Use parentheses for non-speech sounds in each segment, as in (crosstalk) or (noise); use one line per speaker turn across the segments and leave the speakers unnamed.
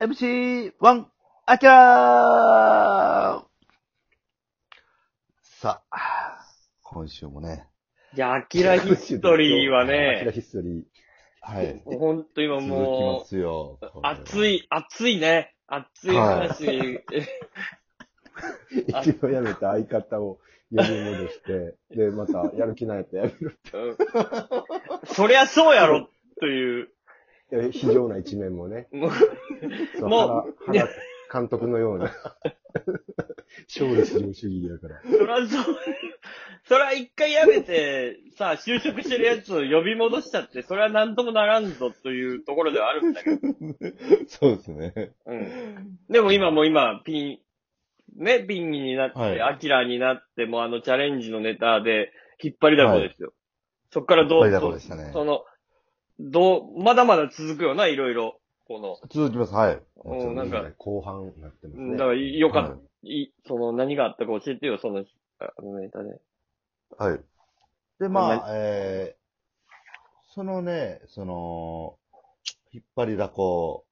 4MC1 アキラーさあ、今週もね。
いや、アキラヒストリーは
アキラ
ね、
ヒストリ
はい。
ほんと今
続き
も
ますよ
う、。
い。
熱い、熱いね。熱い話。 (laughs)
ー。一度辞めた相方を呼び
(laughs)
戻して、で、またやる気ないやったらやめ
うんそりゃそうやろという。
る。非常な一面もね。
もう
そう
もう
原原監督
(laughs)
のような。勝利至上主義だから。
そりゃそう。そりゃ一回やめて、さあ、就職してるやつを呼び戻しちゃって、それは何ともならんぞというところではあるんだけど。
そうですね。
うん。でも今もう今、ピン、ね、ピンになって、
はい
アキラになって、もうあのチャレンジのネタで引っ張りだこですよ。そっからどう
だこでしたね。
その、どう、まだまだ続くよな、いろいろ。この、
続きます、はい。
おうなんか
後半になってます
うん
ね。
だからよかった、、
はい
その何があったか教えてよ、その、あのネタで。
はい。で、ま
あ
あ、えー、そのね、その、引っ張りだこ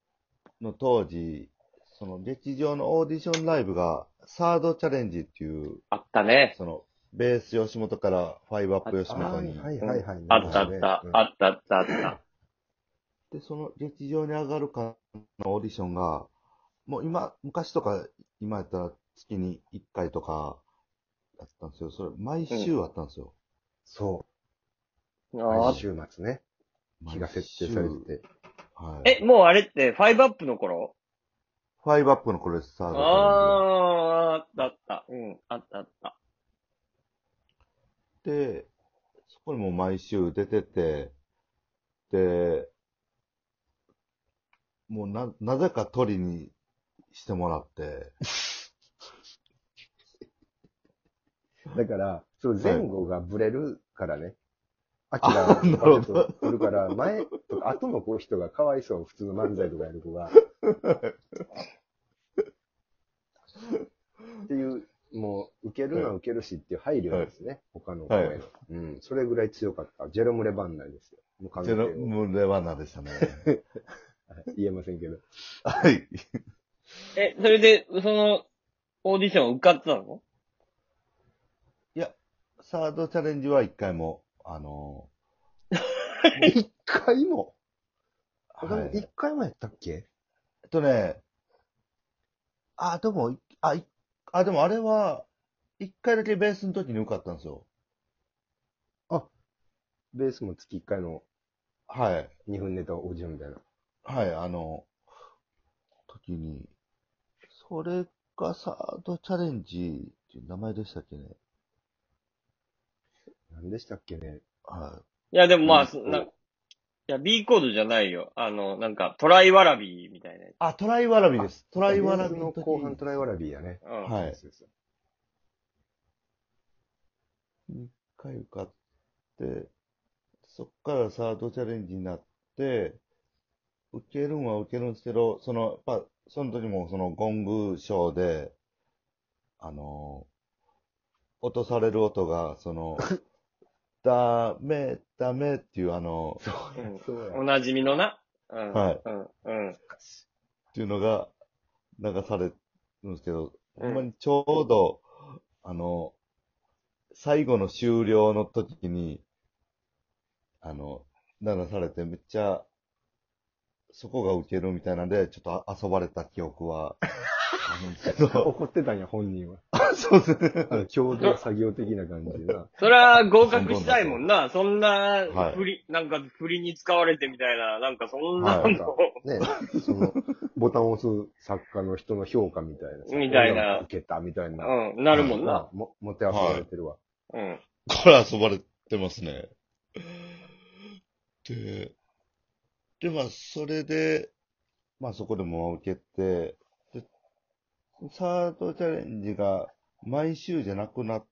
の当時、その劇場のオーディションライブが、サードチャレンジっていう、
あったね。
その、ベース吉本からファイブアップ吉
あ
本に
ー。はいはいはい。
あったあった、あったあったあった。
で、その劇場に上がるかのオーディションが、もう今、昔とか、今やったら月に1回とか、だったんですよ。それ、毎週あったんですよ。
そ
あ
う。
あ
毎週末ね。日が設定されてて。
はい。
え、もうあれって、ファイブアップの頃
ファイブアップのこれです、サードチャレンジが。
ああー、あったあった。うん、あったあった。
で、そこにもう毎週出てて、で、もうな、なぜか取りにしてもらって、
だから、その前後がブレるからね。アキ
あな
ラ
る
が (laughs)
ほど
来るから、前とか後の子人がかわいそう、普通の漫才とかやる子が。っていう、もう、受けるのは受けるしっていう配慮ですね。他の子への、
はい
うん。それぐらい強かった。ジェロム・レバンナですよ。もう完
ゼ
全
ロ
に
ムレバナでしたね。
言えませんけど。
はい。
え、それで、その、オーディション受かってたの
サードチャレンジは一回も、あの、
一回も、
はい
一回もやったっけ
えっとね、あ、でも、あ、いあ、でもあれは、一回だけベースの時に受かったんですよ。
ベースも月一回の
はい。
2分ネタをおじゅみたいな。
はい、あの、時に、それがサードチャレンジっていう名前でしたっけね。
何でしたっけね。
はい
や、でもまあ、
B コード
なんいや、B コードじゃないよ。あの、なんか、トライワラビーみたいなや
い。あ、トライワラビです。トライワラビ
の
の
後半
時
トライワラビーやね。
つ。うん。
はい
そうそう
一回受かって、そっからサードチャレンジになって、受けるんは受けるんですけど、その、やっぱ、その時もそのゴングショーで、あの、落とされる音が、そ (laughs) の、ダメ、ダメっていうあの、
うん
そうそうや
おなじみのな。うん。
はい
うん。うん。
っていうのが流されるんですけど、
うん
ほんまにちょうど、あの、最後の終了の時に、あの、流されてめっちゃ、そこがウケるみたいなんで、ちょっとあ遊ばれた記憶は、あるんですけど、
怒ってたんや、本 (laughs) 人は。
(laughs) そうですね。
あの共同作業的な感じでな。
そりゃ、合格したいもんな。そんな
はい、
振り、なんか、振りに使われてみたいな、なんか、そんなの、
はい
ね、その、ボタンを押す作家の人の評価みたいなさ。
みたいな
受けたみたいな。
うん、なるもんな。
あも、もてあそばれてるわ。
うん。
これ遊ばれてますね。で、で、まあ、それで、まあ、そこでも受けて、で、サードチャレンジが毎週じゃなくなっ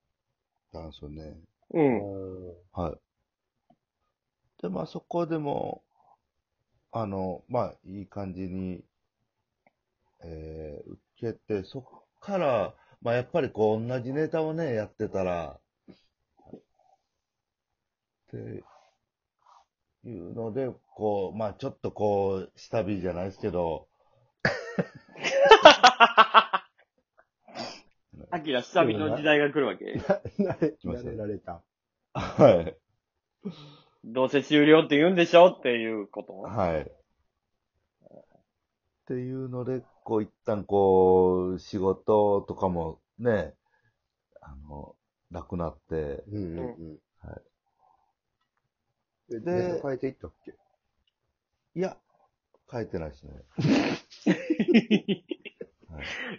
たんですよね。
うん。
はい。で、まあ、そこでも、あの、まあ、いい感じに、えー受けて、そっから、まあ、やっぱりこう、同じネタをね、やってたら、っていうので、こう、まあ、ちょっとこう、下火じゃないですけど、
アキラ下火の時代が来るわけ。
慣れ、
ました
慣れられた。
はい。
どうせ終了って言うんでしょっていうこと。
はい。っていうので、こう、一旦こう、仕事とかもね、あの、なくなって、
うんうんうん。
は
で、
で
ネタ変えていったっけ
いや、書いてないですね。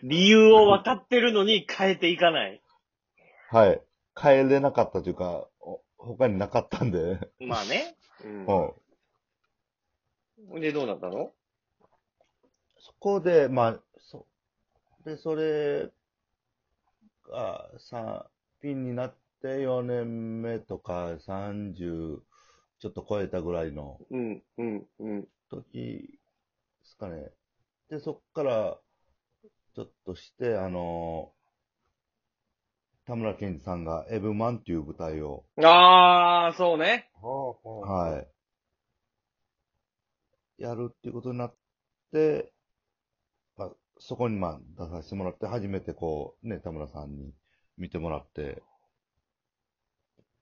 理由を分かってるのに変えていかない。
はい。変えれなかったというか、お他になかったんで、
まあね。
うん。
うん。で、どうなったの
そこで、まあ、そ、で、それが、さ、ピンになって4年目とか30ちょっと超えたぐらいの
うん、うん、うん。
時ですかね。で、そっから、ちょっとして、あの、田村健二さんがエブマンっていう舞台を、
あー、そうね。
はあ、は
はい。やるっていうことになって、まあ、そこにまあ出させてもらって、初めてこう、ね、田村さんに見てもらって、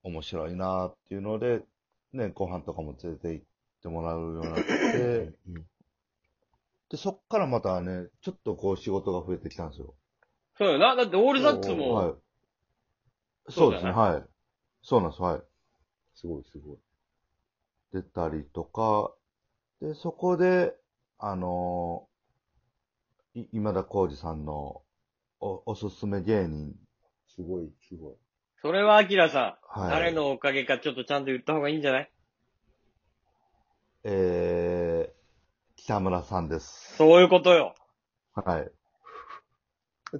面白いなーっていうので、ね、ご飯とかも連れて行ってもらうようになって、で、そっからまたね、ちょっとこう仕事が増えてきたんですよ。
そうよな。だって、オールザッツ
お
も、
はい。
そ
そうう
だ
で
ね
すね、はい。そうなんです、はい。
すごいすごい。
出たりとか、で、そこで、あのーい今田耕司さんのおおすすめ芸人、
すごい、すごい。
それはアキラさん、
はい
誰のおかげかちょっとちゃんと言った方がいいんじゃない
えー、北村さんです。
そういうことよ。
はい。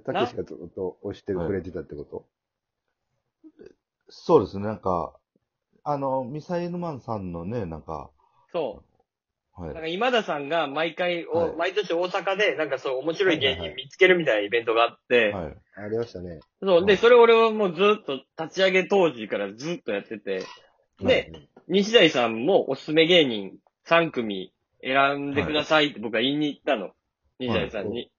たけしがずっと押してくれてたってこと、
そうですね、なんか、あの、ミサイルマンさんのね、なんか、
そ
は
う。なんか
い。
今田さんが毎回、お
はい
毎年大阪で、なんかそう面白い芸
はいは
人
いはい
見つけるみたいなイベントがあって、
はい。
ありましたね。
そう。で、
うん
それ俺はもうずっと立ち上げ当時からずっとやってて、で、西大さんもおすすめ芸人3組選んでくださいって僕は言いに行ったの。西大さんに。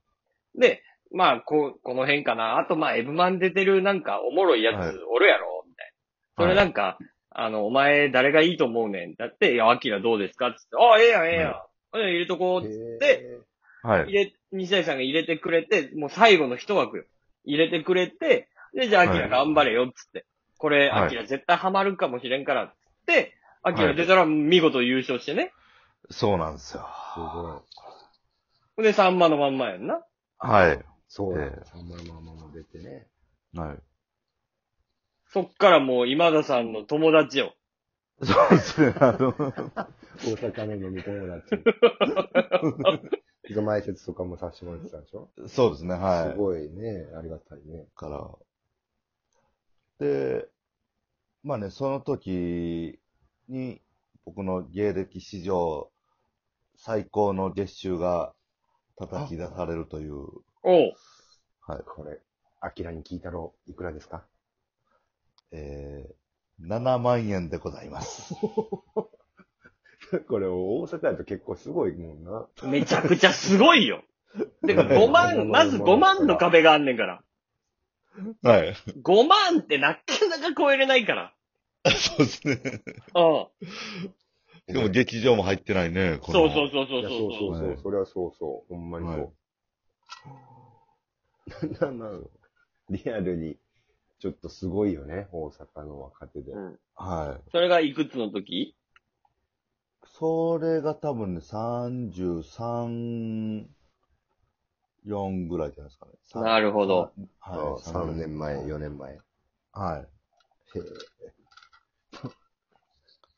で、まあ、こう、この辺かな。あと、まあ、エブマン出てるなんかおもろいや
はい
つおるやろ、みたいな。それなんか、あの、お前誰がいいと思うねん。だって、いや、アキラどうですかって言って、ああ、ええやん、ええやん。ほんで入れとこうって
で、
は
入
い。
れ、西谷さんが入れてくれて、もう最後の一枠よ。入れてくれて、で、じゃあ、アキラ頑張れよ、っつって。これ、
はい
アキラ絶対ハマるかもしれんから、っつって、ア
い
キラ出たら見事優勝してね。
そうなんですよ。
すごい。
ほんで、サンマのまんまやんな。
はい。
そうだ
ええ。
三枚ママも出てね。
はい。
そっからもう今田さんの友達よ。
(laughs) そうですね、あの、
大阪の飲み友 (laughs) 達。ご挨拶とかもさせてもらってたでしょ、
そうですね、はい。
すごいね。ありがたいね。
から。で、まあね、その時に、僕の芸歴史上最高の月収が叩き出されるという、
おう。
はい、
これ、アキラに聞いたろう、いくらですか
えー、7万円でございます。
(laughs) これ、大阪だと結構すごいもんな。
めちゃくちゃすごいよ。てか、5万、まず5万の壁があんねんから。
(laughs) はい。
5万ってなかなか超えれないから。
そうですね。
うん。
劇場も入ってないね、こ
そうそうそうそう
いや
そう
そうそう
そう。
そう、
はい
それはそうそう。ほんまにそう。 (laughs) なんなのリアルに、ちょっとすごいよね、大阪の若手で。
うん。
はい。
それがいくつの時
それが多分ね、33、4ぐらいじゃないですかね。さん
なるほど。
はい。
3年前、4年前。へ
はい。
え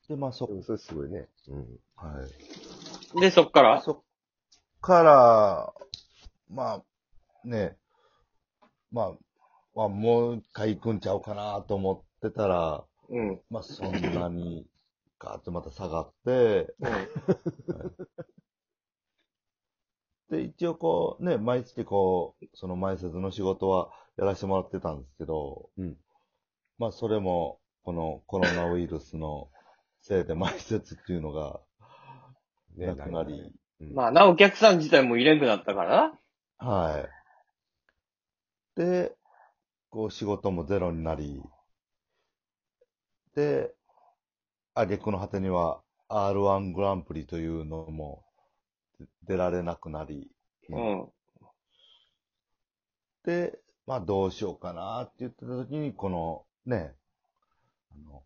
で、まあそ
で、もそれすごいね。うん。
はい。
で、そっから
そっから、まあ、ね、まあ、まあ、もう一回行くんちゃうかなと思ってたら、
うん。
まあそんなに、 (laughs) ガーッとまた下がって、で、一応こう、ね、毎月こう、その前説の仕事はやらせてもらってたんですけど、
うん
まあそれも、このコロナウイルスのせいで前説っていうのが、
ね
なくなり、うん
まあな、お客さん自体も入れんくなったから
はい。で、こう仕事もゼロになり、で、挙句の果てには R1 グランプリというのも出られなくなり、
な。うん。
で、まあどうしようかなって言ってた時に、このね、あの、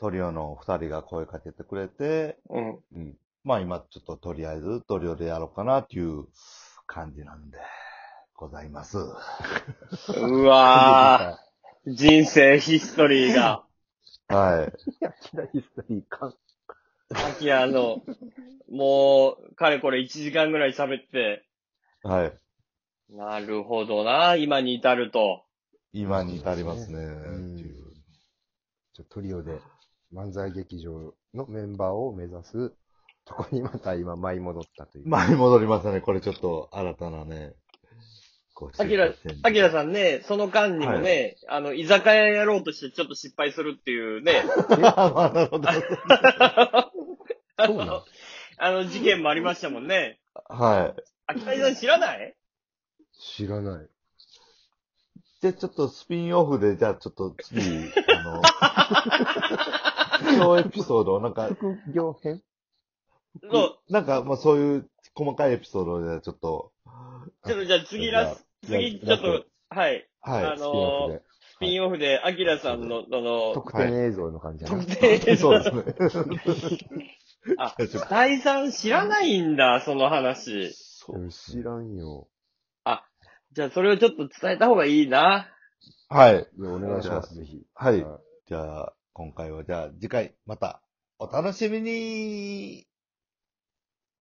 トリオの二人が声かけてくれて、
うん。
うん。まあ今ちょっととりあえずトリオでやろうかなっていう感じなんで、ございます。は
うわ
(laughs)
ぁ、人生ヒストリーが、
い。
キラヒストリー感。
秋キの、もう、かれこれ1時間ぐらい喋って、
はい。
なるほどな、今に至ると。
今に至りますね。
ん
っていう
ちょトリオで漫才劇場のメンバーを目指すとこにまた今舞い戻ったという。
前に戻りましたね。これちょっと新たなね。こう
アキラアキラさんね、その間にもね、あの、居酒屋やろうとしてちょっと失敗するっていうね、
ん。 (laughs) まあ、なるほど。
あ
そうなん
の、 (laughs) あの事件もありましたもんね。
はい。
秋田さん知らない
知らない。
じゃあちょっとスピンオフで、じゃあちょっと次、あの、
(laughs)
小エピソードをなんか、
副業編
そう、
なんか、まあそういう細かいエピソードをじゃあちょっと、
ちょっとじゃあ次ラス、
じゃあ
次ちょっ
ラ
と、はい、
はい。
あ
スピ
の
ンオフ
ー
で。
スピンオフで、アキラさんの、その、
特典映像の感じやな。
特定映
(laughs) そう
像
ですね。
(laughs) あ、大さん知らないんだ、その話。
そう
うん知らんよ。
じゃあそれをちょっと伝えた方がいいな。
はい。
いや、お願いします、ぜひ。
はい
は。
じゃあ、今回はじゃあ次回またお楽しみに